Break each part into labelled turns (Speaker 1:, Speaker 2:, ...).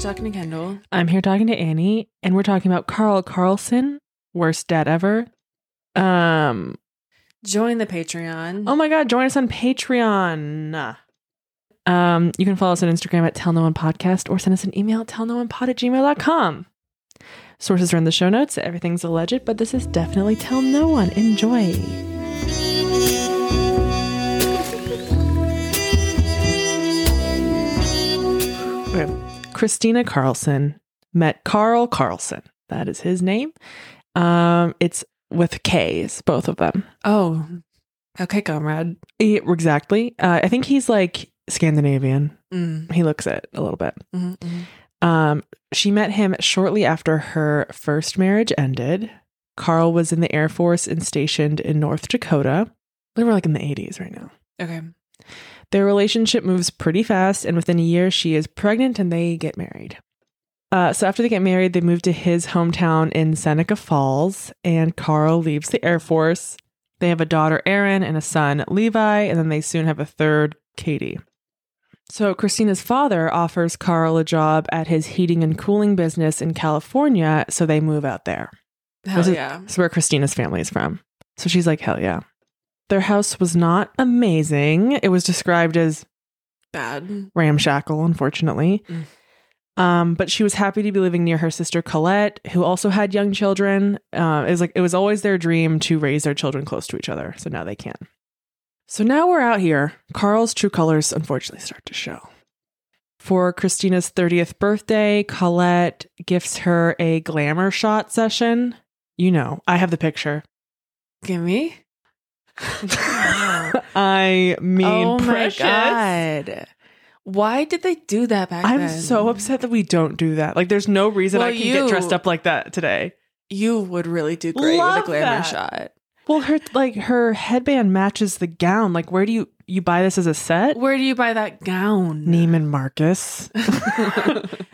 Speaker 1: talking to Kendall.
Speaker 2: I'm here talking to Annie, and we're talking about Carl Carlson, worst dad ever. Um,
Speaker 1: Join the Patreon.
Speaker 2: oh my god, join us on Patreon. Um, you can follow us on Instagram at Tell No One Podcast or send us an email at tellnoonepod at gmail.com. Sources are in the show notes. Everything's alleged, but this is definitely Tell No One. Enjoy. Okay. Christina Carlson met Carl Carlson. That is his name. Um, it's with K's, both of them.
Speaker 1: Oh, okay, comrade.
Speaker 2: Yeah, E, exactly. Uh, I think he's like Scandinavian.
Speaker 1: Mm,
Speaker 2: He looks it a little bit.
Speaker 1: mm, mm.
Speaker 2: Um, she met him shortly after her first marriage ended. Carl was in the Air Force and stationed in North Dakota. They were like in the 80s right now.
Speaker 1: Okay.
Speaker 2: Their relationship moves pretty fast, and within a year, she is pregnant and they get married. Uh, so, after they get married, they move to his hometown in Seneca Falls, and Carl leaves the Air Force. They have a daughter, Erin, and a son, Levi, and then they soon have a third, Katie. So, Christina's father offers Carl a job at his heating and cooling business in California, so they move out there.
Speaker 1: Hell
Speaker 2: This is-
Speaker 1: yeah.
Speaker 2: It's where Christina's family is from. So she's like, hell yeah. Their house was not amazing. It was described as
Speaker 1: Bad.
Speaker 2: ramshackle, unfortunately.
Speaker 1: Mm.
Speaker 2: Um, but she was happy to be living near her sister Colette, who also had young children. Uh, it was like it was always their dream to raise their children close to each other. So now they can. So now we're out here. Carl's true colors unfortunately start to show. For Christina's 30th birthday, Colette gifts her a glamour shot session. You know, I have the picture.
Speaker 1: Give me.
Speaker 2: I mean,
Speaker 1: oh
Speaker 2: precious.
Speaker 1: my god. Why did they do that back
Speaker 2: I'm
Speaker 1: then?
Speaker 2: so upset that we don't do that. Like, there's no reason
Speaker 1: Well,
Speaker 2: I can get dressed
Speaker 1: you-
Speaker 2: up like that today.
Speaker 1: You would really do great with
Speaker 2: Love
Speaker 1: a glamour
Speaker 2: that.
Speaker 1: shot.
Speaker 2: Well, her like her headband matches the gown. Like, where do you you buy this as a set?
Speaker 1: Where do you buy that gown?
Speaker 2: Neiman Marcus.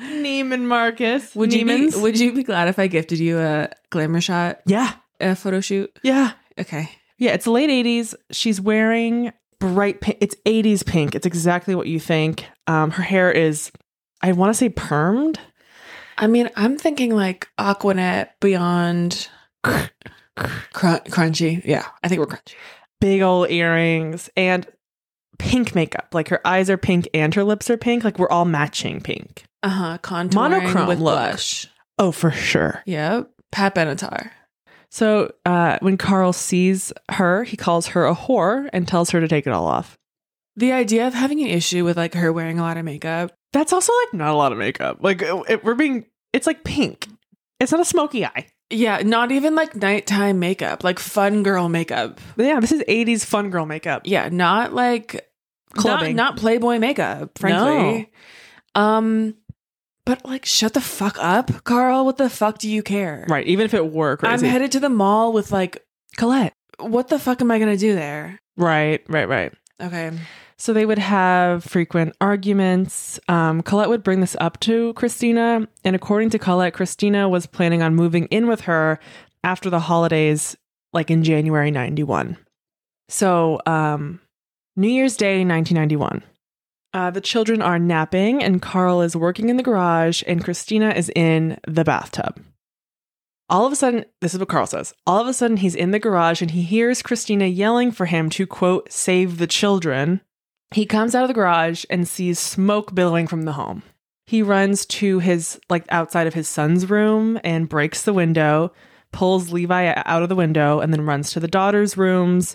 Speaker 2: Neiman Marcus.
Speaker 1: Would you be,
Speaker 2: Neiman's?
Speaker 1: Would you be glad if I gifted you a glamour shot,
Speaker 2: yeah,
Speaker 1: a photo shoot?
Speaker 2: yeah,
Speaker 1: Okay.
Speaker 2: yeah. It's the late '80s. She's wearing bright pink. It's '80s pink. It's exactly what you think. Um, her hair is, I want to say permed.
Speaker 1: I mean, I'm thinking like Aquanet beyond crun- crunchy. Yeah, I think we're crunchy.
Speaker 2: big old earrings and pink makeup. Like her eyes are pink and her lips are pink. Like we're all matching pink.
Speaker 1: Uh huh. Contouring
Speaker 2: Monochrome
Speaker 1: with
Speaker 2: look.
Speaker 1: blush.
Speaker 2: Oh, for sure.
Speaker 1: Yep. Pat Benatar.
Speaker 2: So uh, when Carl sees her, he calls her a whore and tells her to take it all off.
Speaker 1: The idea of having an issue with like her wearing a lot of makeup.
Speaker 2: That's also like not a lot of makeup. Like it, it- we're being, it's like pink. It's not a smoky eye.
Speaker 1: Yeah, not even like nighttime makeup, like fun girl makeup.
Speaker 2: Yeah, this is 80s fun girl makeup.
Speaker 1: Yeah, not like
Speaker 2: Clubbing.
Speaker 1: Not, not Playboy makeup, frankly. Um, but like, shut the fuck up, Carl. What the fuck do you care?
Speaker 2: Right. Even if it were crazy.
Speaker 1: I'm headed to the mall with like,
Speaker 2: Colette.
Speaker 1: what the fuck am I gonna do there?
Speaker 2: Right, right, right.
Speaker 1: Okay.
Speaker 2: So they would have frequent arguments. Um, Colette would bring this up to Christina. And according to Colette, Christina was planning on moving in with her after the holidays, like in January 91. So, um, New Year's Day, 1991. Uh, the children are napping, and Carl is working in the garage, and Christina is in the bathtub. All of a sudden, this is what Carl says. All of a sudden, he's in the garage and he hears Christina yelling for him to, quote, save the children. He comes out of the garage and sees smoke billowing from the home. He runs to his, like, outside of his son's room and breaks the window, pulls Levi out of the window, and then runs to the daughter's rooms,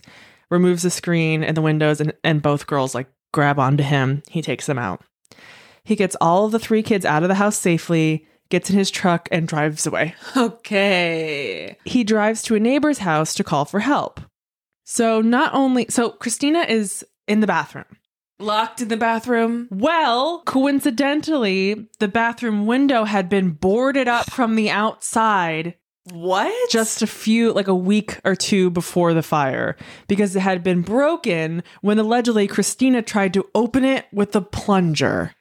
Speaker 2: removes the screen and the windows, and, and both girls, like, grab onto him. He takes them out. He gets all of the three kids out of the house safely, gets in his truck, and drives away
Speaker 1: Okay.
Speaker 2: he drives to a neighbor's house to call for help. So not only so Christina is in the bathroom.
Speaker 1: Locked in the bathroom.
Speaker 2: Well, coincidentally, the bathroom window had been boarded up from the outside
Speaker 1: What?
Speaker 2: just a few like a week or two before the fire because it had been broken when allegedly Christina tried to open it with a plunger.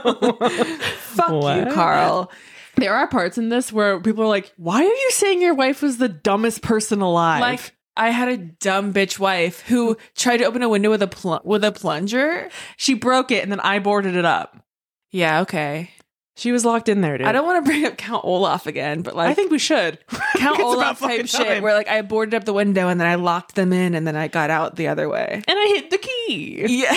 Speaker 1: fuck you,
Speaker 2: What?
Speaker 1: Carl.
Speaker 2: There are parts in this where people are like, "Why are you saying your wife was the dumbest person alive?"
Speaker 1: Like I had a dumb bitch wife who
Speaker 2: Mm.
Speaker 1: tried to open a window with a pl- with a plunger.
Speaker 2: She broke it and then I boarded it up.
Speaker 1: Yeah, okay.
Speaker 2: She was locked in there, dude.
Speaker 1: I don't want to bring up Count Olaf again, but like
Speaker 2: I think we should.
Speaker 1: Count
Speaker 2: It's about
Speaker 1: Olaf
Speaker 2: fucking
Speaker 1: type shit
Speaker 2: time.
Speaker 1: where like I boarded up the window and then I locked them in and then I got out the other way.
Speaker 2: and I hid the key.
Speaker 1: Yeah.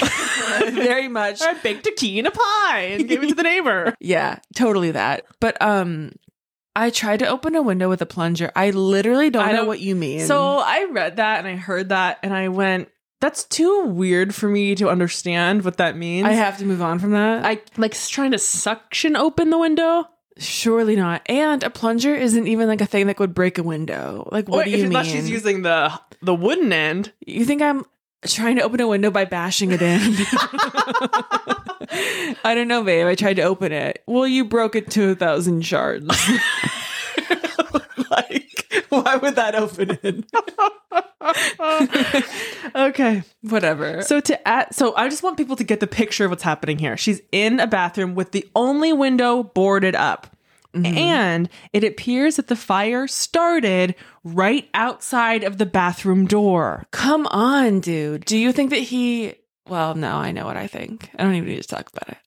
Speaker 1: Very much.
Speaker 2: I baked a key in a pie and gave it to the neighbor.
Speaker 1: Yeah, totally that. But um I tried to open a window with a plunger. I literally don't
Speaker 2: I
Speaker 1: know
Speaker 2: don't-
Speaker 1: what you mean.
Speaker 2: So I read that and I heard that and I went, that's too weird for me to understand what that means.
Speaker 1: I have to move on from that.
Speaker 2: I like trying to suction open the window.
Speaker 1: Surely not. And a plunger isn't even like a thing that would break a window. Like, what
Speaker 2: Or
Speaker 1: do you mean?
Speaker 2: unless she's using the the wooden end.
Speaker 1: you think I'm trying to open a window by bashing it in? I don't know, babe. I tried to open it. Well, you broke it to a thousand shards. like, why would that open it?
Speaker 2: okay.
Speaker 1: Whatever.
Speaker 2: So to add, so I just want people to get the picture of what's happening here. She's in a bathroom with the only window boarded up. And it appears that the fire started right outside of the bathroom door.
Speaker 1: Come on, dude. Do you think that he? Well, no, I know what I think. I don't even need to talk about it.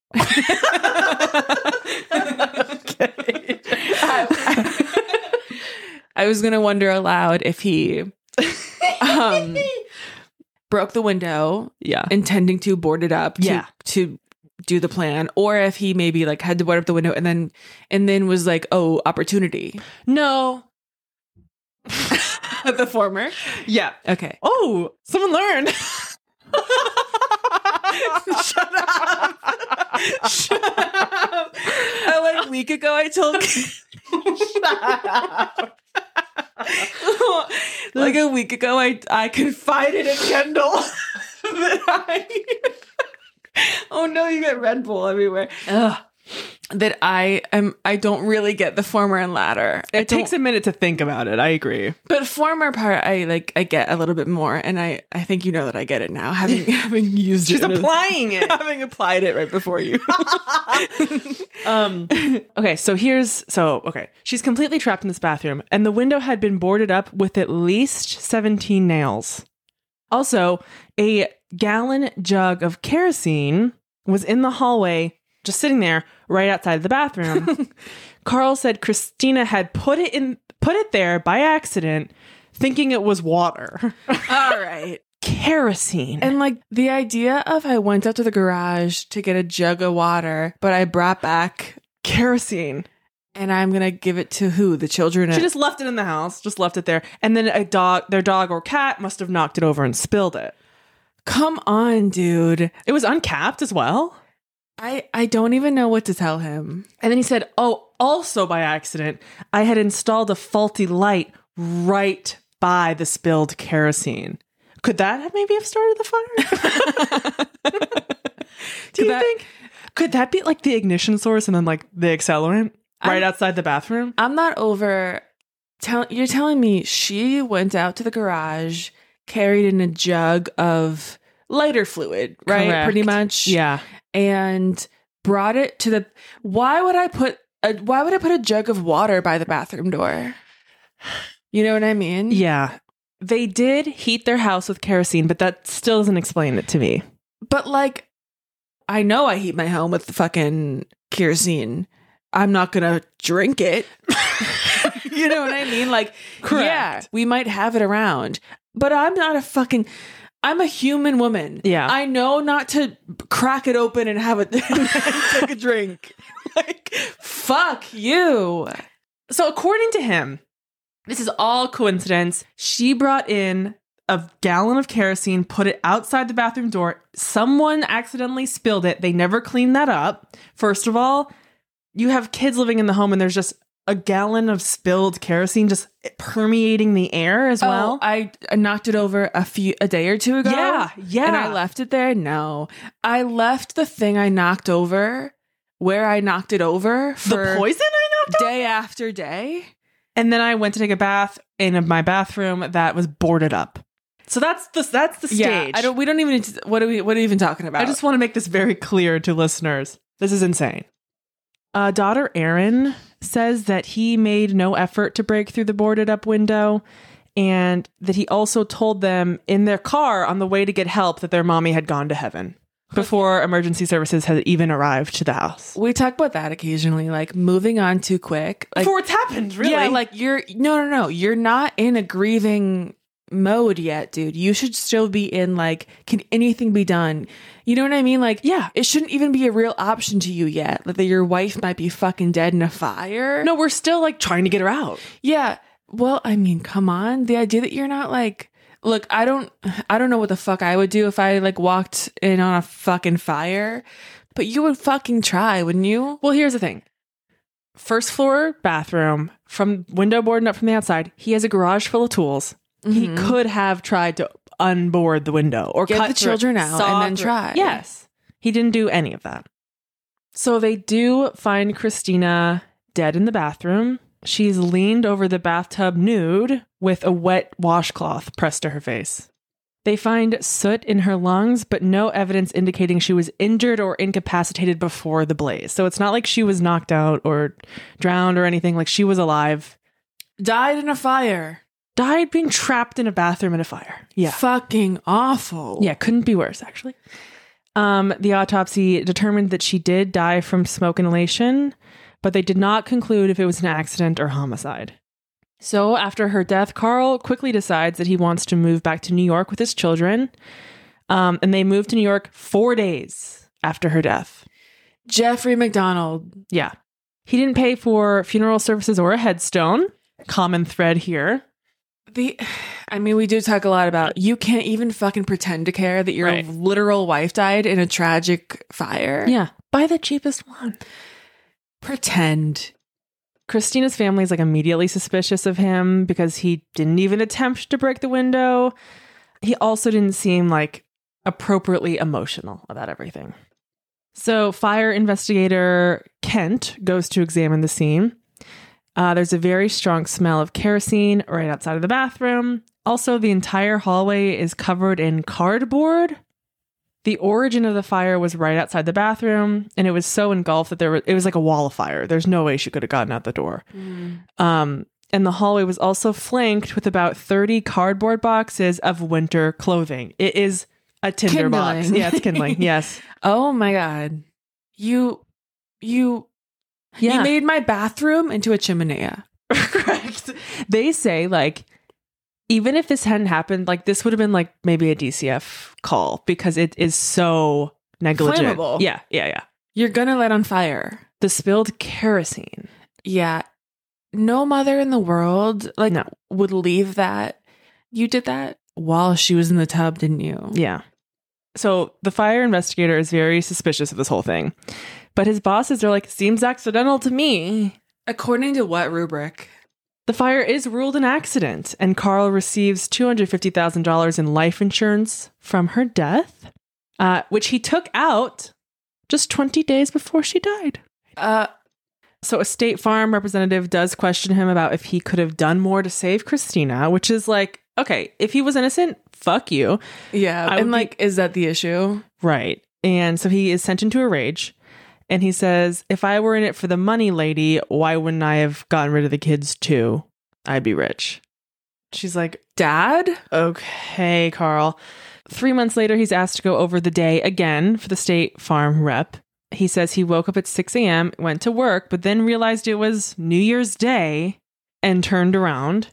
Speaker 1: I, I was gonna wonder aloud if he um, broke the window,
Speaker 2: Yeah.
Speaker 1: intending to board it up. To,
Speaker 2: Yeah.
Speaker 1: to do the plan, or if he maybe like had to board up the window and then and then was like, oh, opportunity.
Speaker 2: No.
Speaker 1: the former.
Speaker 2: Yeah.
Speaker 1: Okay.
Speaker 2: Oh, someone learned.
Speaker 1: Shut up. Shut up. Uh, like a week ago, I told. like a week ago, I I confided in Kendall that I. oh no, you got Red Bull everywhere.
Speaker 2: Ugh.
Speaker 1: That I am. I don't really get the former and latter. I
Speaker 2: It takes
Speaker 1: don't-
Speaker 2: a minute to think about it. I agree.
Speaker 1: but former part, I like. I get a little bit more, and I I think you know that I get it now, having having used it. in a-
Speaker 2: applying it.
Speaker 1: having applied it right before you.
Speaker 2: Um, okay, so here's so okay. She's completely trapped in this bathroom, and the window had been boarded up with at least 17 nails. Also, a gallon jug of kerosene was in the hallway, just sitting there right outside the bathroom. Carl said Christina had put it in put it there by accident, thinking it was water.
Speaker 1: All right.
Speaker 2: kerosene.
Speaker 1: And like the idea of I went out to the garage to get a jug of water, but I brought back
Speaker 2: kerosene.
Speaker 1: and I'm gonna give it to who? The children
Speaker 2: She
Speaker 1: at-
Speaker 2: just left it in the house, just left it there. And then a dog, their dog or cat must have knocked it over and spilled it.
Speaker 1: Come on, dude.
Speaker 2: It was uncapped as well.
Speaker 1: I, I don't even know what to tell him.
Speaker 2: And then he said, Oh, also by accident, I had installed a faulty light right by the spilled kerosene. Could that have maybe have started the fire? Do
Speaker 1: Could
Speaker 2: you
Speaker 1: that-
Speaker 2: think? Could that be like the ignition source and then like the accelerant right
Speaker 1: I'm-
Speaker 2: outside the bathroom?
Speaker 1: I'm not over tell you're telling me she went out to the garage, carried in a jug of lighter fluid, right?
Speaker 2: Correct.
Speaker 1: Pretty much.
Speaker 2: Yeah.
Speaker 1: and brought it to the why would i put a, why would i put a jug of water by the bathroom door you know what i mean
Speaker 2: Yeah. They did heat their house with kerosene, but that still doesn't explain it to me.
Speaker 1: but like i know i heat my home with fucking kerosene i'm not gonna drink it you know what i mean like yeah
Speaker 2: Correct.
Speaker 1: we might have it around but i'm not a fucking i'm a human woman
Speaker 2: Yeah.
Speaker 1: I know not to crack it open and have a take a drink. Like fuck you.
Speaker 2: So, according to him, this is all coincidence. She brought in a gallon of kerosene, put it outside the bathroom door. Someone accidentally spilled it. They never cleaned that up. First of all, you have kids living in the home, and there's just a gallon of spilled kerosene just permeating the air as well.
Speaker 1: Well, I, I knocked it over a few a day or two Oh, ago.
Speaker 2: yeah, yeah.
Speaker 1: And I left it there? No. I left the thing I knocked over where I knocked it over
Speaker 2: the
Speaker 1: for
Speaker 2: poison I knocked out.
Speaker 1: day after day.
Speaker 2: And then I went to take a bath in my bathroom that was boarded up. So that's the that's the stage.
Speaker 1: Yeah. I don't we don't even need to, what are we what are we even talking about?
Speaker 2: I just want to make this very clear to listeners. This is insane. Uh, daughter Aaron says that he made no effort to break through the boarded up window and that he also told them in their car on the way to get help that their mommy had gone to heaven before emergency services had even arrived to the house.
Speaker 1: We talk about that occasionally, like moving on too quick. Like,
Speaker 2: before it's happened, really.
Speaker 1: Yeah, like you're no, no, no. You're not in a grieving mode yet, dude. You should still be in like, can anything be done? You know what I mean? Like,
Speaker 2: Yeah.
Speaker 1: it shouldn't even be a real option to you yet. Like that your wife might be fucking dead in a fire.
Speaker 2: no, we're still like trying to get her out.
Speaker 1: Yeah. Well, I mean, come on. The idea that you're not like look, I don't I don't know what the fuck I would do if I like walked in on a fucking fire. But you would fucking try, wouldn't you?
Speaker 2: Well, here's the thing. First floor bathroom from window boarded up from the outside. He has a garage full of tools. He could have tried to unboard the window or
Speaker 1: Get
Speaker 2: cut through
Speaker 1: the
Speaker 2: it,
Speaker 1: children out
Speaker 2: saw
Speaker 1: and then
Speaker 2: through-
Speaker 1: try.
Speaker 2: Yes, he didn't do any of that. So they do find Christina dead in the bathroom. She's leaned over the bathtub nude with a wet washcloth pressed to her face. They find soot in her lungs, but no evidence indicating she was injured or incapacitated before the blaze. So it's not like she was knocked out or drowned or anything. Like she was alive,
Speaker 1: Died in a fire.
Speaker 2: died being trapped in a bathroom in a fire. Yeah.
Speaker 1: Fucking awful.
Speaker 2: Yeah, couldn't be worse, actually. Um, the autopsy determined that she did die from smoke inhalation, but they did not conclude if it was an accident or homicide. So, after her death, Carl quickly decides that he wants to move back to New York with his children. Um, and they moved to New York four days after her death.
Speaker 1: Jeffrey McDonald.
Speaker 2: Yeah. He didn't pay for funeral services or a headstone. Common thread here.
Speaker 1: The I mean, we do talk a lot about you can't even fucking pretend to care that your
Speaker 2: Right.
Speaker 1: literal wife died in a tragic fire.
Speaker 2: Yeah. Buy the cheapest one.
Speaker 1: Pretend.
Speaker 2: Christina's family's like immediately suspicious of him because he didn't even attempt to break the window. He also didn't seem like appropriately emotional about everything. So, fire investigator Kent goes to examine the scene. Uh, there's a very strong smell of kerosene right outside of the bathroom. Also, the entire hallway is covered in cardboard. The origin of the fire was right outside the bathroom, and it was so engulfed that there was, it was like a wall of fire. There's no way she could have gotten out the door. Um, and the hallway was also flanked with about 30 cardboard boxes of winter clothing. It is a tinder box.
Speaker 1: Kindling.
Speaker 2: Yeah, it's kindling. yes.
Speaker 1: Oh my god. You you
Speaker 2: Yeah.
Speaker 1: you made my bathroom into a chimney.
Speaker 2: Correct. They say like even if this hadn't happened, like this would have been like maybe a DCF call because it is so negligent.
Speaker 1: Flammable.
Speaker 2: Yeah, yeah, yeah.
Speaker 1: You're gonna light on fire.
Speaker 2: The spilled kerosene.
Speaker 1: Yeah. No mother in the world like
Speaker 2: No.
Speaker 1: would leave that. You did that while she was in the tub, didn't you?
Speaker 2: Yeah. So the fire investigator is very suspicious of this whole thing. But his bosses are like, seems accidental to me.
Speaker 1: According to what rubric?
Speaker 2: The fire is ruled an accident, and Carl receives $250,000 in life insurance from her death, uh, which he took out just 20 days before she died.
Speaker 1: Uh
Speaker 2: So, a state farm representative does question him about if he could have done more to save Christina, which is like, okay, if he was innocent, fuck you.
Speaker 1: yeah.
Speaker 2: I would
Speaker 1: and
Speaker 2: be-
Speaker 1: like, is that the issue?
Speaker 2: Right. And so he is sent into a rage and he says, If I were in it for the money, lady, why wouldn't I have gotten rid of the kids too? I'd be rich. She's like,
Speaker 1: Dad?
Speaker 2: Okay, Carl. Three months later, he's asked to go over the day again for the state farm rep. He says he woke up at 6 a.m., went to work, but then realized it was New Year's Day and turned around.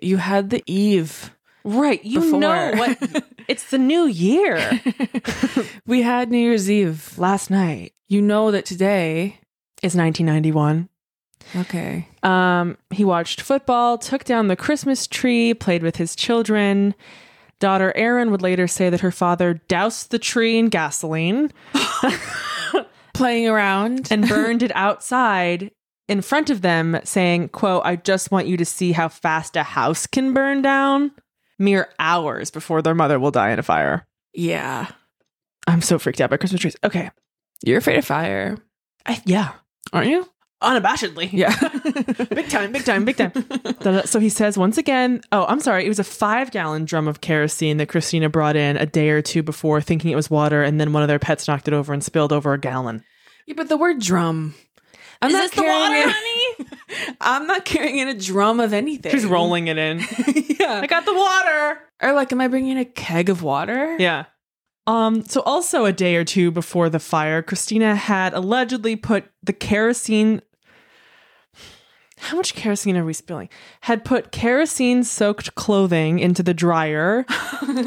Speaker 1: You had the Eve.
Speaker 2: Right. You know
Speaker 1: before.
Speaker 2: what? it's the new year.
Speaker 1: we had New Year's Eve.
Speaker 2: Last night
Speaker 1: You know that today.
Speaker 2: is 1991.
Speaker 1: Okay.
Speaker 2: Um, he watched football, took down the Christmas tree, played with his children. Daughter Erin would later say that her father doused the tree in gasoline
Speaker 1: Playing around.
Speaker 2: and burned it outside in front of them, saying, quote, I just want you to see how fast a house can burn down mere hours before their mother will die in a fire.
Speaker 1: yeah.
Speaker 2: I'm so freaked out by Christmas trees. Okay.
Speaker 1: You're afraid of fire,
Speaker 2: I, yeah.
Speaker 1: aren't you?
Speaker 2: Unabashedly.
Speaker 1: Yeah.
Speaker 2: big time, big time, big time. Da-da. so he says once again, oh, I'm sorry, it was a five gallon drum of kerosene that Christina brought in a day or two before, thinking it was water, and then one of their pets knocked it over and spilled over a gallon.
Speaker 1: yeah, but the word drum. I'm
Speaker 3: Is
Speaker 1: not
Speaker 3: this the
Speaker 1: carrying
Speaker 3: water,
Speaker 1: it.
Speaker 3: honey?
Speaker 1: I'm not carrying in a drum of anything.
Speaker 2: She's rolling it in.
Speaker 1: yeah.
Speaker 2: I got the water.
Speaker 1: or like, am I bringing a keg of water?
Speaker 2: Yeah. Um, so also a day or two before the fire, Christina had allegedly put the kerosene how much kerosene are we spilling? Had put kerosene soaked clothing into the dryer,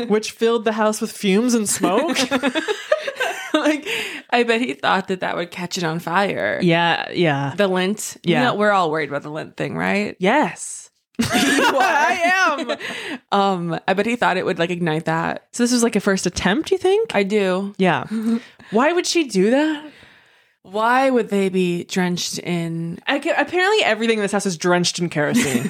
Speaker 2: which filled the house with fumes and smoke.
Speaker 1: like, I bet he thought that that would catch it on fire.
Speaker 2: yeah, yeah.
Speaker 1: The lint.
Speaker 2: Yeah.
Speaker 1: You know, we're all worried about the lint thing, right?
Speaker 2: Yes. I am.
Speaker 1: Um, I bet he thought it would like ignite that.
Speaker 2: So this was like a first attempt, you think?
Speaker 1: I do.
Speaker 2: yeah. Why would she do that?
Speaker 1: Why would they be drenched in?
Speaker 2: I ca- apparently everything in this house is drenched in kerosene.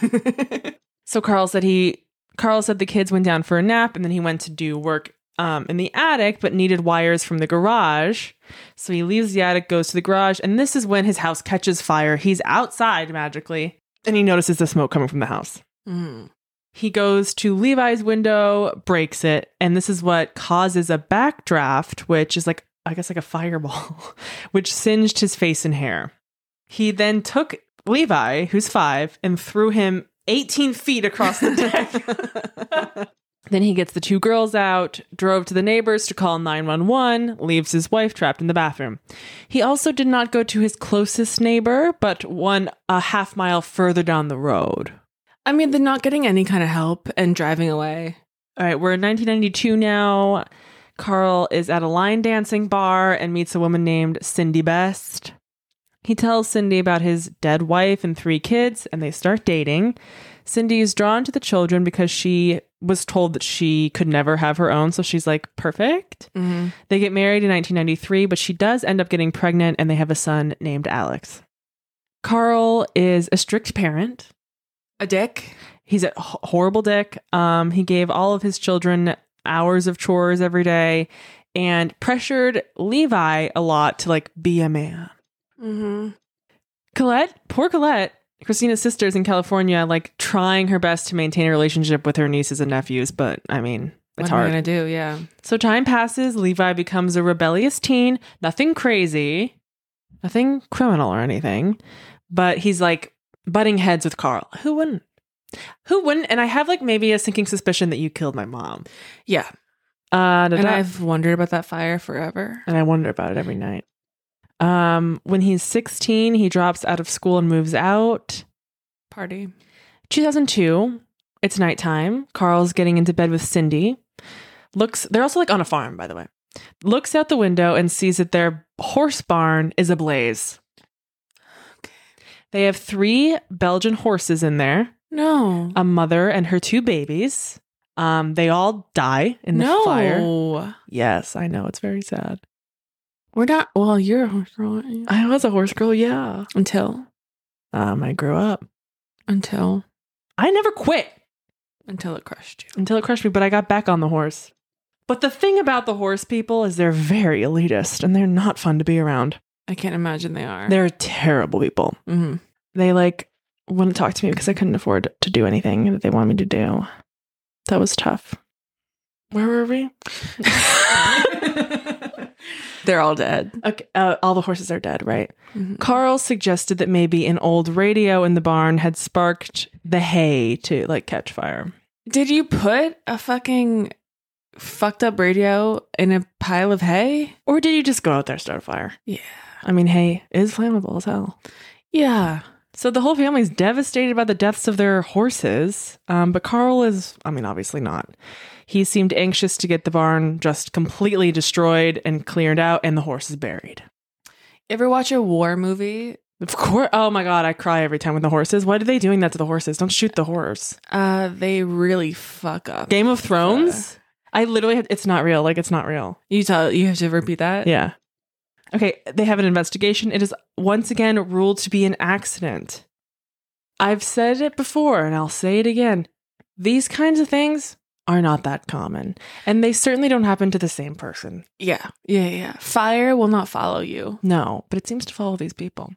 Speaker 2: so Carl said he Carl said the kids went down for a nap and then he went to do work um, in the attic, but needed wires from the garage. So he leaves the attic, goes to the garage, and this is when his house catches fire. He's outside magically, and he notices the smoke coming from the house.
Speaker 1: Mm.
Speaker 2: He goes to Levi's window, breaks it, and this is what causes a backdraft, which is like, I guess, like a fireball, which singed his face and hair. He then took Levi, who's five, and threw him 18 feet across the deck. then he gets the two girls out, drove to the neighbors to call 911, leaves his wife trapped in the bathroom. He also did not go to his closest neighbor, but one a half mile further down the road.
Speaker 1: I mean, they're not getting any kind of help and driving away.
Speaker 2: All right, we're in 1992 now. Carl is at a line dancing bar and meets a woman named Cindy Best. He tells Cindy about his dead wife and three kids, and they start dating. Cindy is drawn to the children because she was told that she could never have her own, so she's like, perfect.
Speaker 1: Mm-hmm.
Speaker 2: They get married in 1993, but she does end up getting pregnant, and they have a son named Alex. Carl is a strict parent.
Speaker 1: A dick.
Speaker 2: He's a h- horrible dick. Um, he gave all of his children hours of chores every day and pressured Levi a lot to like be a man.
Speaker 1: Mm-hmm.
Speaker 2: Colette, poor Colette, Christina's sister's in California, like trying her best to maintain a relationship with her nieces and nephews, but I mean, it's
Speaker 1: what am I
Speaker 2: hard.
Speaker 1: gonna do? Yeah.
Speaker 2: So time passes. Levi becomes a rebellious teen. Nothing crazy, nothing criminal or anything, but he's like butting heads with Carl. Who wouldn't? Who wouldn't? And I have like maybe a sinking suspicion that you killed my mom.
Speaker 1: Yeah.
Speaker 2: Uh, da-
Speaker 1: And
Speaker 2: da-
Speaker 1: I've wondered about that fire forever.
Speaker 2: and I wonder about it every night. Um, when he's 16, he drops out of school and moves out.
Speaker 1: Party.
Speaker 2: 2002, it's nighttime. Carl's getting into bed with Cindy. Looks, they're also like on a farm, by the way. Looks out the window and sees that their horse barn is ablaze. They have three Belgian horses in there,
Speaker 1: No.
Speaker 2: a mother and her two babies. Um, they all die in the
Speaker 1: no.
Speaker 2: fire. Yes, I know. It's very sad.
Speaker 1: We're not. Well, you're a horse girl. aren't you?
Speaker 2: I was a horse girl, yeah.
Speaker 1: Until.
Speaker 2: Um, I grew up.
Speaker 1: Until.
Speaker 2: I never quit.
Speaker 1: Until it crushed you.
Speaker 2: until it crushed me, but I got back on the horse. But the thing about the horse people is they're very elitist and they're not fun to be around.
Speaker 1: I can't imagine they are.
Speaker 2: They're terrible people.
Speaker 1: Mm-hmm.
Speaker 2: They like wouldn't talk to me because I couldn't afford to do anything that they wanted me to do. That was tough. Where were we?
Speaker 1: They're all dead.
Speaker 2: okay, uh, all the horses are dead, right?
Speaker 1: Mm-hmm.
Speaker 2: Carl suggested that maybe an old radio in the barn had sparked the hay to like catch fire.
Speaker 1: Did you put a fucking fucked up radio in a pile of hay?
Speaker 2: Or did you just go out there and start a fire?
Speaker 1: Yeah.
Speaker 2: I mean, hay is flammable as hell.
Speaker 1: Yeah.
Speaker 2: So the whole family's devastated by the deaths of their horses, um, but Carl is, I mean, obviously not. He seemed anxious to get the barn just completely destroyed and cleared out, and the horses buried.
Speaker 1: Ever watch a war movie?
Speaker 2: Of course, oh my god, I cry every time with the horses. Why are they doing that to the horses? Don't shoot the horse.
Speaker 1: Uh, they really fuck up.
Speaker 2: Game of Thrones? I literally, had, it's not real. Like, it's not real.
Speaker 1: You tell you have to repeat that.
Speaker 2: Yeah. Okay, they have an investigation. It is once again ruled to be an accident. I've said it before and I'll say it again. These kinds of things are not that common, and they certainly don't happen to the same person.
Speaker 1: Yeah. Yeah. Yeah. Fire will not follow you.
Speaker 2: No, but it seems to follow these people.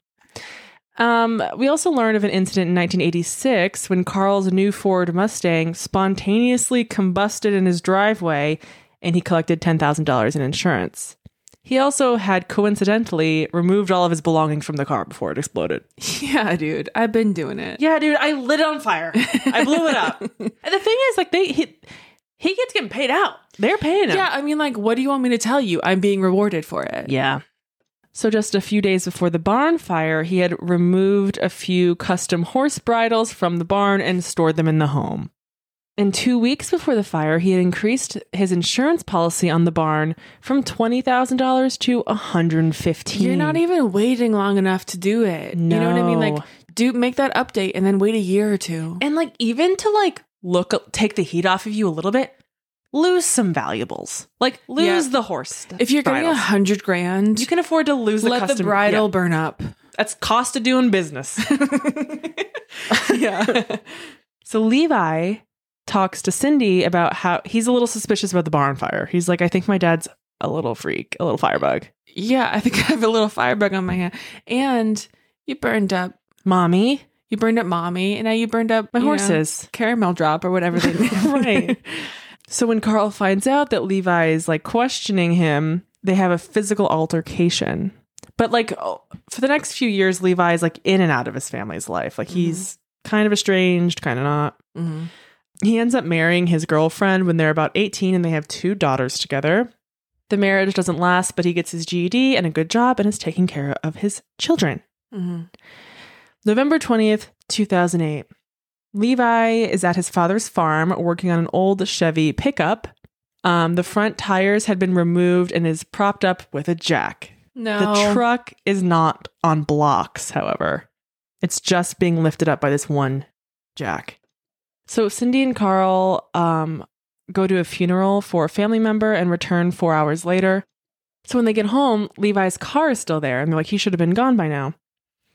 Speaker 2: Um, we also learn of an incident in 1986 when Carl's new Ford Mustang spontaneously combusted in his driveway and he collected $10,000 in insurance. He also had coincidentally removed all of his belongings from the car before it exploded.
Speaker 1: Yeah, dude. I've been doing it.
Speaker 2: Yeah, dude, I lit it on fire. I blew it up. and the thing is, like, they he, he gets getting paid out. They're paying him.
Speaker 1: Yeah, I mean, like, what do you want me to tell you? I'm being rewarded for it.
Speaker 2: Yeah. So just a few days before the barn fire, he had removed a few custom horse bridles from the barn and stored them in the home. And two weeks before the fire, he had increased his insurance policy on the barn from twenty thousand dollars to one hundred and fifteen.
Speaker 1: You're not even waiting long enough to do it. You know what I mean?
Speaker 2: No.
Speaker 1: Like, do make that update and then wait a year or two.
Speaker 2: and like even to like look take the heat off of you a little bit, lose some valuables. Like lose
Speaker 1: Yeah.
Speaker 2: the horse.
Speaker 1: If you're getting a
Speaker 2: bridles.
Speaker 1: hundred grand,
Speaker 2: you can afford to lose the
Speaker 1: let the
Speaker 2: custom-
Speaker 1: bridle
Speaker 2: Yeah.
Speaker 1: burn up.
Speaker 2: That's cost of doing business.
Speaker 1: yeah.
Speaker 2: So Levi talks to Cindy about how he's a little suspicious about the barn fire. He's like, I think my dad's a little freak, a little firebug.
Speaker 1: Yeah, I think I have a little firebug on my hand. And you burned up.
Speaker 2: Mommy,
Speaker 1: You burned up mommy, and now you burned up
Speaker 2: my
Speaker 1: you know,
Speaker 2: horses.
Speaker 1: caramel drop or whatever they did.
Speaker 2: Right. So when Carl finds out that Levi is like questioning him, they have a physical altercation. But like oh, for the next few years, Levi is like in and out of his family's life. Like he's kind of estranged, kind of not.
Speaker 1: Mhm.
Speaker 2: He ends up marrying his girlfriend when they're about 18 and they have two daughters together. The marriage doesn't last, but he gets his GED and a good job and is taking care of his children.
Speaker 1: Mhm.
Speaker 2: November 20th, 2008. Levi is at his father's farm working on an old Chevy pickup. Um, the front tires had been removed and is propped up with a jack.
Speaker 1: No.
Speaker 2: The truck is not on blocks, however. It's just being lifted up by this one jack. So Cindy and Carl um, go to a funeral for a family member and return four hours later. So when they get home, Levi's car is still there, and they're like, he should have been gone by now.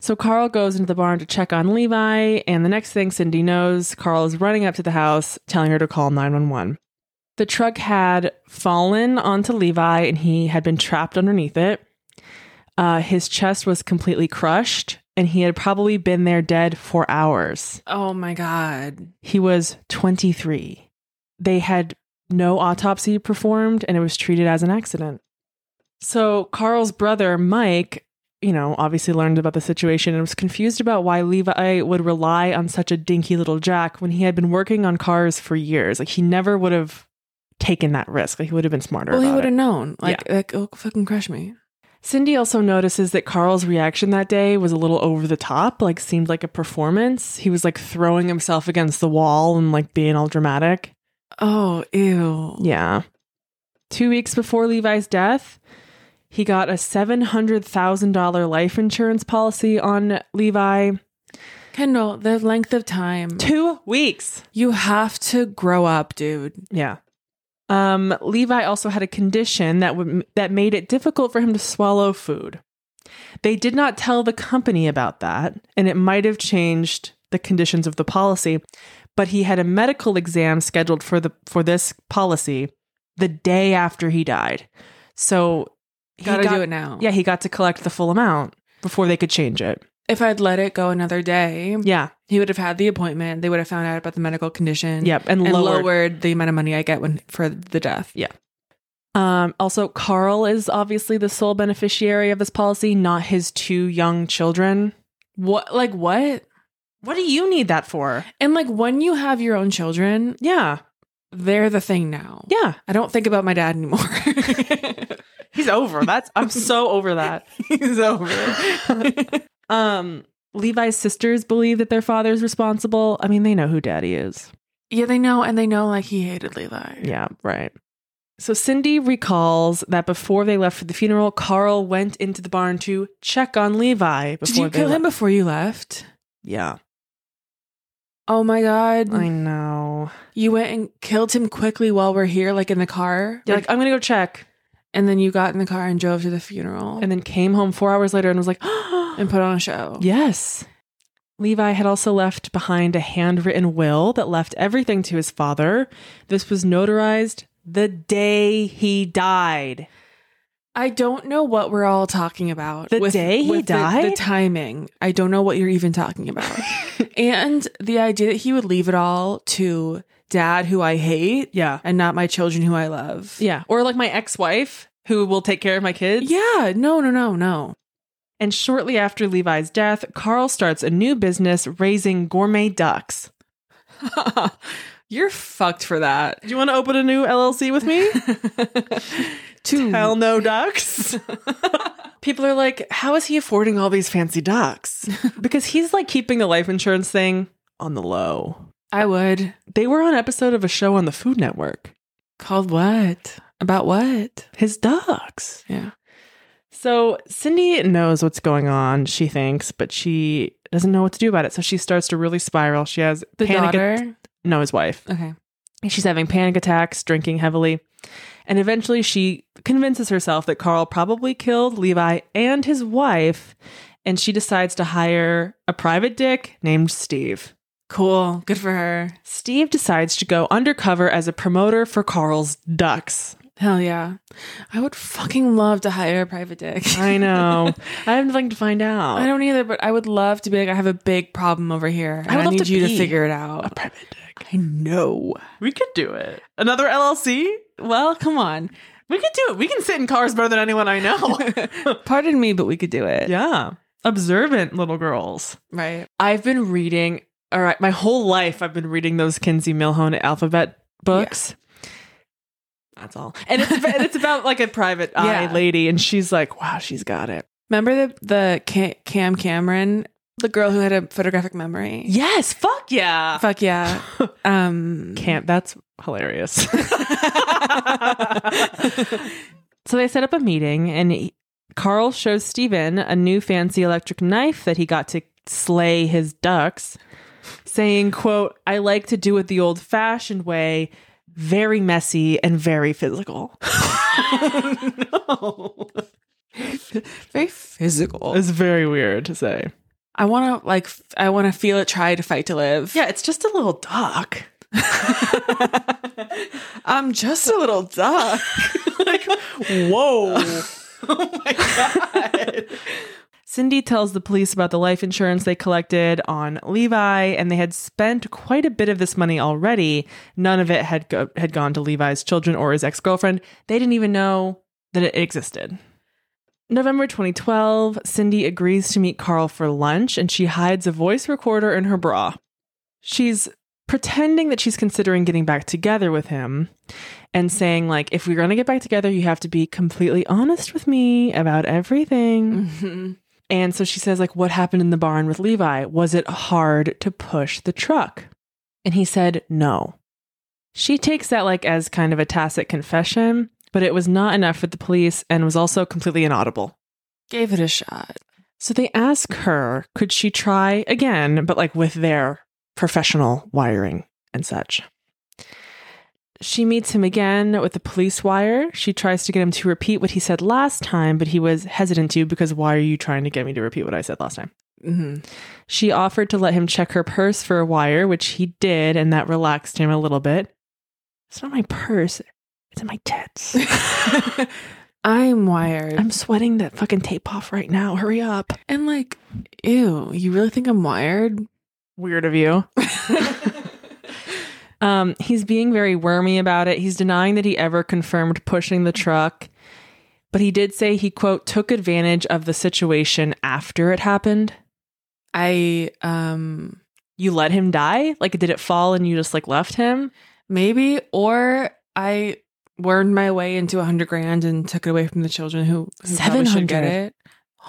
Speaker 2: So Carl goes into the barn to check on Levi, and the next thing Cindy knows, Carl is running up to the house, telling her to call 911. The truck had fallen onto Levi, and he had been trapped underneath it. Uh, his chest was completely crushed, and he had probably been there dead for hours.
Speaker 1: oh my god.
Speaker 2: He was 23. They had no autopsy performed, and it was treated as an accident. So Carl's brother, Mike, you know, obviously learned about the situation and was confused about why Levi would rely on such a dinky little jack when he had been working on cars for years. Like, he never would have taken that risk. Like, he would have been smarter.
Speaker 1: Well, he
Speaker 2: about
Speaker 1: would
Speaker 2: it.
Speaker 1: have known. Like, like, oh, fucking crush me.
Speaker 2: Cindy also notices that Carl's reaction that day was a little over the top, like seemed like a performance. He was like throwing himself against the wall and like being all dramatic.
Speaker 1: Oh, ew.
Speaker 2: Yeah. Two weeks before Levi's death, he got a $700,000 life insurance policy on Levi.
Speaker 1: Kendall, the length of time.
Speaker 2: Two weeks.
Speaker 1: You have to grow up, dude.
Speaker 2: Yeah. Um, Levi also had a condition that would that made it difficult for him to swallow food. They did not tell the company about that, and it might have changed the conditions of the policy. But he had a medical exam scheduled for the for this policy the day after he died. So he
Speaker 1: Gotta
Speaker 2: got-
Speaker 1: do it now.
Speaker 2: Yeah, he got to collect the full amount before they could change it.
Speaker 1: If I'd let it go another day,
Speaker 2: Yeah.
Speaker 1: he would have had the appointment. They would have found out about the medical condition.
Speaker 2: Yep. And,
Speaker 1: And
Speaker 2: lowered.
Speaker 1: lowered. the amount of money I get when for the death.
Speaker 2: Um, also, Carl is obviously the sole beneficiary of this policy, not his two young children.
Speaker 1: What? Like what?
Speaker 2: What do you need that for?
Speaker 1: And like when you have your own children,
Speaker 2: Yeah,
Speaker 1: they're the thing now.
Speaker 2: yeah,
Speaker 1: I don't think about my dad anymore.
Speaker 2: he's over. That's I'm so over that.
Speaker 1: He's over.
Speaker 2: um, Levi's sisters believe that their father's responsible. I mean, they know who daddy is.
Speaker 1: Yeah, they know, and they know like he hated Levi.
Speaker 2: Yeah, right. So Cindy recalls that before they left for the funeral, Carl went into the barn to check on Levi. Before
Speaker 1: Did you
Speaker 2: they
Speaker 1: kill him
Speaker 2: left.
Speaker 1: before you left?
Speaker 2: Yeah,
Speaker 1: Oh my god.
Speaker 2: I know.
Speaker 1: you went and killed him quickly while we're here, like in the car.
Speaker 2: They're
Speaker 1: Like
Speaker 2: like, I'm gonna go check.
Speaker 1: and then you got in the car and drove to the funeral
Speaker 2: and
Speaker 1: and,
Speaker 2: then came home four hours later and was like,
Speaker 1: and put on a show.
Speaker 2: yes. Levi had also left behind a handwritten will that left everything to his father. This was notarized the day he died.
Speaker 1: I don't know what we're all talking about.
Speaker 2: The day he
Speaker 1: the- The,
Speaker 2: died?
Speaker 1: timing. I don't know what you're even talking about. and the idea that he would leave it all to dad who I hate
Speaker 2: Yeah.
Speaker 1: and not my children who I love.
Speaker 2: Yeah. Or like my ex wife who will take care of my kids.
Speaker 1: Yeah, no, no, no, no.
Speaker 2: And shortly after Levi's death, Carl starts a new business raising gourmet ducks.
Speaker 1: You're fucked for that.
Speaker 2: Do you want to open a new LLC with me?
Speaker 1: Two.
Speaker 2: Hell no, ducks. People are like, how is he affording all these fancy ducks? Because he's like keeping the life insurance thing on the low.
Speaker 1: I would.
Speaker 2: They were on an episode of a show on the Food Network.
Speaker 1: Called what? About what?
Speaker 2: His ducks.
Speaker 1: Yeah.
Speaker 2: So Cindy knows what's going on, she thinks, but she doesn't know what to do about it. So she starts to really spiral. She has
Speaker 1: The
Speaker 2: panic
Speaker 1: daughter.
Speaker 2: no, his wife.
Speaker 1: okay.
Speaker 2: She's having panic attacks, drinking heavily. And eventually she convinces herself that Carl probably killed Levi and his wife. And she decides to hire a private dick named Steve.
Speaker 1: Cool. Good for her.
Speaker 2: Steve decides to go undercover as a promoter for Carl's ducks.
Speaker 1: Hell yeah. I would fucking love to hire a private dick.
Speaker 2: I know. I have nothing to find out.
Speaker 1: I don't either, but I would love to be like, I have a big problem over here. and
Speaker 2: would
Speaker 1: I
Speaker 2: love
Speaker 1: need
Speaker 2: to
Speaker 1: you to
Speaker 2: be
Speaker 1: figure it
Speaker 2: a
Speaker 1: out.
Speaker 2: private dick.
Speaker 1: I know.
Speaker 2: We could do it. Another LLC?
Speaker 1: Well, come on.
Speaker 2: We could do it. We can sit in cars better than anyone I know.
Speaker 1: Pardon me, but we could do it.
Speaker 2: yeah. Observant little girls.
Speaker 1: Right.
Speaker 2: I've been reading, all right, my whole life I've been reading those Kinsey Milhone alphabet books. That's all. And it's, and it's about like a private eye
Speaker 1: Yeah.
Speaker 2: lady, and she's like, wow, she's got it.
Speaker 1: Remember the, the Ca- Cam Cameron, the girl who had a photographic memory?
Speaker 2: Yes, fuck yeah.
Speaker 1: Fuck yeah. Um,
Speaker 2: Can't, that's hilarious. so they set up a meeting, and he- Carl shows Steven a new fancy electric knife that he got to slay his ducks, saying, quote, I like to do it the old fashioned way, very messy and very physical. no.
Speaker 1: Very physical.
Speaker 2: It's very weird to say.
Speaker 1: I want to like, f- I want to feel it, try to fight to live.
Speaker 2: Yeah, it's just a little duck.
Speaker 1: I'm just a little duck.
Speaker 2: like, whoa. oh my God. Cindy tells the police about the life insurance they collected on Levi, and they had spent quite a bit of this money already. None of it had go- had gone to Levi's children or his ex girlfriend. They didn't even know that it existed. November 2012, Cindy agrees to meet Carl for lunch, and she hides a voice recorder in her bra. She's pretending that she's considering getting back together with him and saying like if we're going to get back together you have to be completely honest with me about everything
Speaker 1: Mhm.
Speaker 2: and so she says like what happened in the barn with levi was it hard to push the truck and he said no she takes that like as kind of a tacit confession but it was not enough for the police and was also completely inaudible
Speaker 1: Gave it a shot.
Speaker 2: so they ask her, could she try again, but like with their professional wiring and such. She meets him again with the police wire. She tries to get him to repeat what he said last time, but he was hesitant to because why are you trying to get me to repeat what I said last time?
Speaker 1: hmm
Speaker 2: She offered to let him check her purse for a wire, which he did, and that relaxed him a little bit. It's not my purse, it's in my tits.
Speaker 1: I'm wired.
Speaker 2: I'm sweating that fucking tape off right now. Hurry up.
Speaker 1: and like, ew, you really think I'm wired?
Speaker 2: Weird of you. Um, he's being very wormy about it. He's denying that he ever confirmed pushing the truck, but he did say he quote took advantage of the situation after it happened.
Speaker 1: I um
Speaker 2: You let him die? Like did it fall and you just like left him?
Speaker 1: maybe or I wormed my way into a hundred grand and took it away from the children who, who probably should
Speaker 2: 700.
Speaker 1: get it.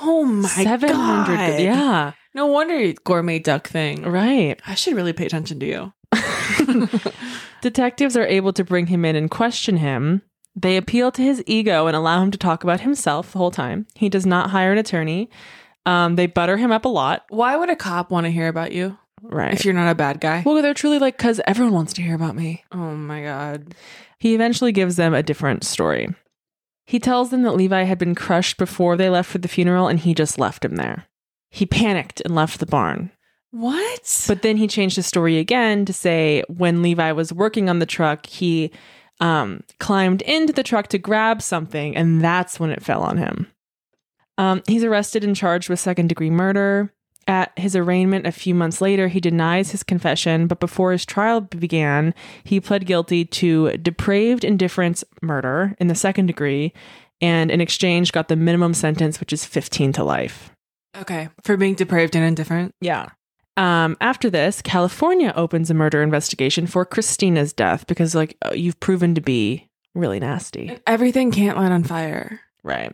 Speaker 1: Oh my
Speaker 2: 700
Speaker 1: god!
Speaker 2: Yeah,
Speaker 1: no wonder you gourmet duck thing.
Speaker 2: right.
Speaker 1: I should really pay attention to you.
Speaker 2: Detectives are able to bring him in and question him. They appeal to his ego and allow him to talk about himself the whole time. He does not hire an attorney. Um, they butter him up a lot.
Speaker 1: Why would a cop want to hear about you
Speaker 2: Right.
Speaker 1: if you're not a bad guy?
Speaker 2: well, they're truly like, because everyone wants to hear about me.
Speaker 1: Oh my god!
Speaker 2: He eventually gives them a different story. He tells them that Levi had been crushed before they left for the funeral and he just left him there. He panicked and left the barn.
Speaker 1: What?
Speaker 2: But then he changed his story again to say when Levi was working on the truck, he um, climbed into the truck to grab something, and that's when it fell on him. Um, he's arrested and charged with second degree murder. At his arraignment a few months later, he denies his confession, but before his trial began, he pled guilty to depraved indifference murder in the second degree and in exchange got the minimum sentence, which is 15 to life.
Speaker 1: Okay. For being depraved and indifferent.
Speaker 2: Yeah. Um, after this, California opens a murder investigation for Christina's death because, like, uh, you've proven to be really nasty.
Speaker 1: And everything can't light on fire.
Speaker 2: Right.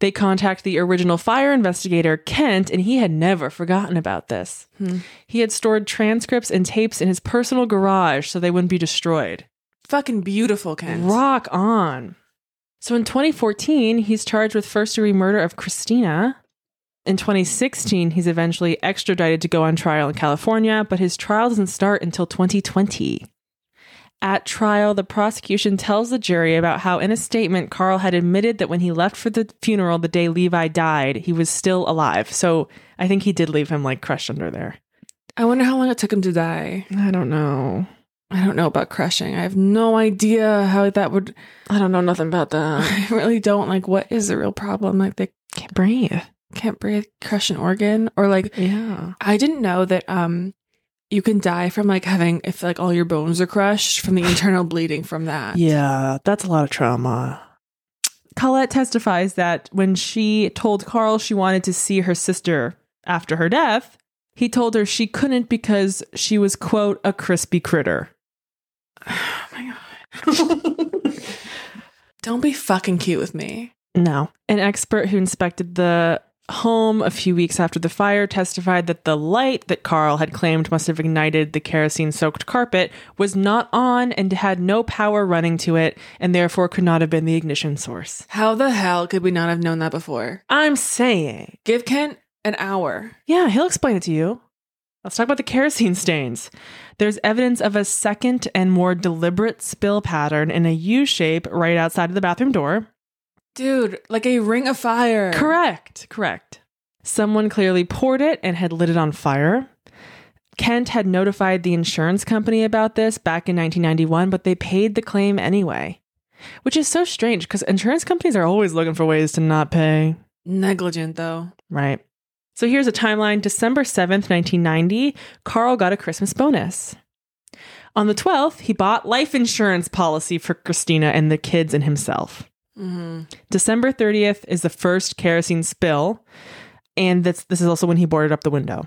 Speaker 2: They contact the original fire investigator, Kent, and he had never forgotten about this.
Speaker 1: Hmm.
Speaker 2: He had stored transcripts and tapes in his personal garage so they wouldn't be destroyed.
Speaker 1: Fucking beautiful, Kent.
Speaker 2: Rock on. So in 2014, he's charged with first degree murder of Christina. In 2016, he's eventually extradited to go on trial in California, but his trial doesn't start until 2020. At trial, the prosecution tells the jury about how, in a statement, Carl had admitted that when he left for the funeral the day Levi died, he was still alive. So I think he did leave him like crushed under there.
Speaker 1: I wonder how long it took him to die.
Speaker 2: I don't know.
Speaker 1: I don't know about crushing. I have no idea how that would.
Speaker 2: I don't know nothing about that.
Speaker 1: I really don't. Like, what is the real problem? Like, they
Speaker 2: Can't breathe.
Speaker 1: can't breathe, crush an organ, or like
Speaker 2: Yeah.
Speaker 1: I didn't know that um you can die from like having if like all your bones are crushed from the internal bleeding from that.
Speaker 2: Yeah, that's a lot of trauma. Colette testifies that when she told Carl she wanted to see her sister after her death, he told her she couldn't because she was, quote, a crispy critter.
Speaker 1: Oh my god. Don't be fucking cute with me.
Speaker 2: No. An expert who inspected the home a few weeks after the fire testified that the light that Carl had claimed must have ignited the kerosene soaked carpet was not on and had no power running to it and therefore could not have been the ignition source.
Speaker 1: How the hell could we not have known that before?
Speaker 2: I'm saying.
Speaker 1: Give Kent an hour.
Speaker 2: Yeah, he'll explain it to you. Let's talk about the kerosene stains. There's evidence of a second and more deliberate spill pattern in a U shape right outside of the bathroom door.
Speaker 1: Dude, like a ring of fire.
Speaker 2: Correct, correct. Someone clearly poured it and had lit it on fire. Kent had notified the insurance company about this back in 1991, but they paid the claim anyway, which is so strange because insurance companies are always looking for ways to not pay.
Speaker 1: Negligent though.
Speaker 2: Right. So here's a timeline December 7th, 1990, Carl got a Christmas bonus. On the 12th, he bought life insurance policy for Christina and the kids and himself.
Speaker 1: hmm
Speaker 2: December 30th is the first kerosene spill, and that's, this is also when he boarded up the window.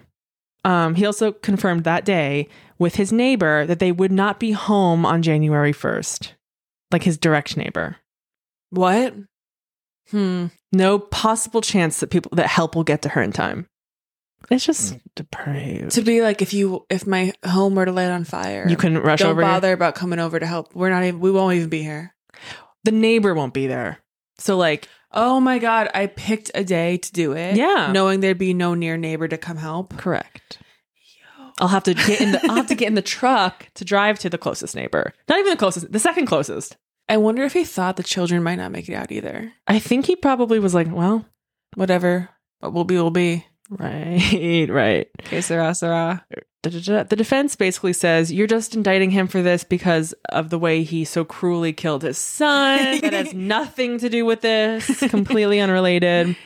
Speaker 2: Um, he also confirmed that day with his neighbor that they would not be home on January 1st, like his direct neighbor.
Speaker 1: What? Hmm.
Speaker 2: No possible chance that people that help will get to her in time. It's just depraved.
Speaker 1: To be like if you if my home were to light on fire.
Speaker 2: You couldn't rush
Speaker 1: don't
Speaker 2: over. here.
Speaker 1: bother about coming over to help. We're not even we won't even be here.
Speaker 2: The neighbor won't be there. So like,
Speaker 1: Oh my god, I picked a day to do it.
Speaker 2: Yeah.
Speaker 1: Knowing there'd be no near neighbor to come help.
Speaker 2: correct. I'll have to get in the I'll have to get in the truck to drive to the closest neighbor. Not even the closest, the second closest.
Speaker 1: I wonder if he thought the children might not make it out either.
Speaker 2: I think he probably was like, well,
Speaker 1: Whatever. What will be will be.
Speaker 2: right, right.
Speaker 1: Okay, Sarah, Sarah.
Speaker 2: Da-da-da. The defense basically says you're just indicting him for this because of the way he so cruelly killed his son. that has nothing to do with this. Completely unrelated.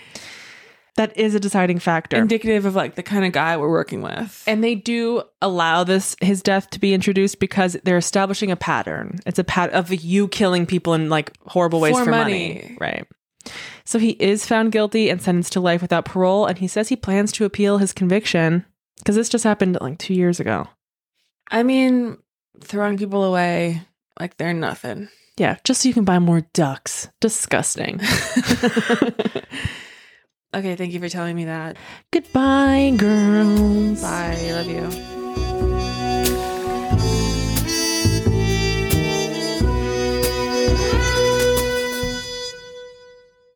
Speaker 2: That is a deciding factor.
Speaker 1: Indicative of like the kind of guy we're working with.
Speaker 2: And they do allow this his death to be introduced because they're establishing a pattern. It's a pattern of you killing people in like horrible ways
Speaker 1: For
Speaker 2: for,
Speaker 1: money.
Speaker 2: money. Right. So he is found guilty and sentenced to life without parole and he says he plans to appeal his conviction because this just happened like 2 years ago.
Speaker 1: I mean, throwing people away like they're nothing.
Speaker 2: Yeah, just so you can buy more ducks. Disgusting.
Speaker 1: Okay, thank you for telling me that.
Speaker 2: Goodbye, girls.
Speaker 1: Bye. I love you.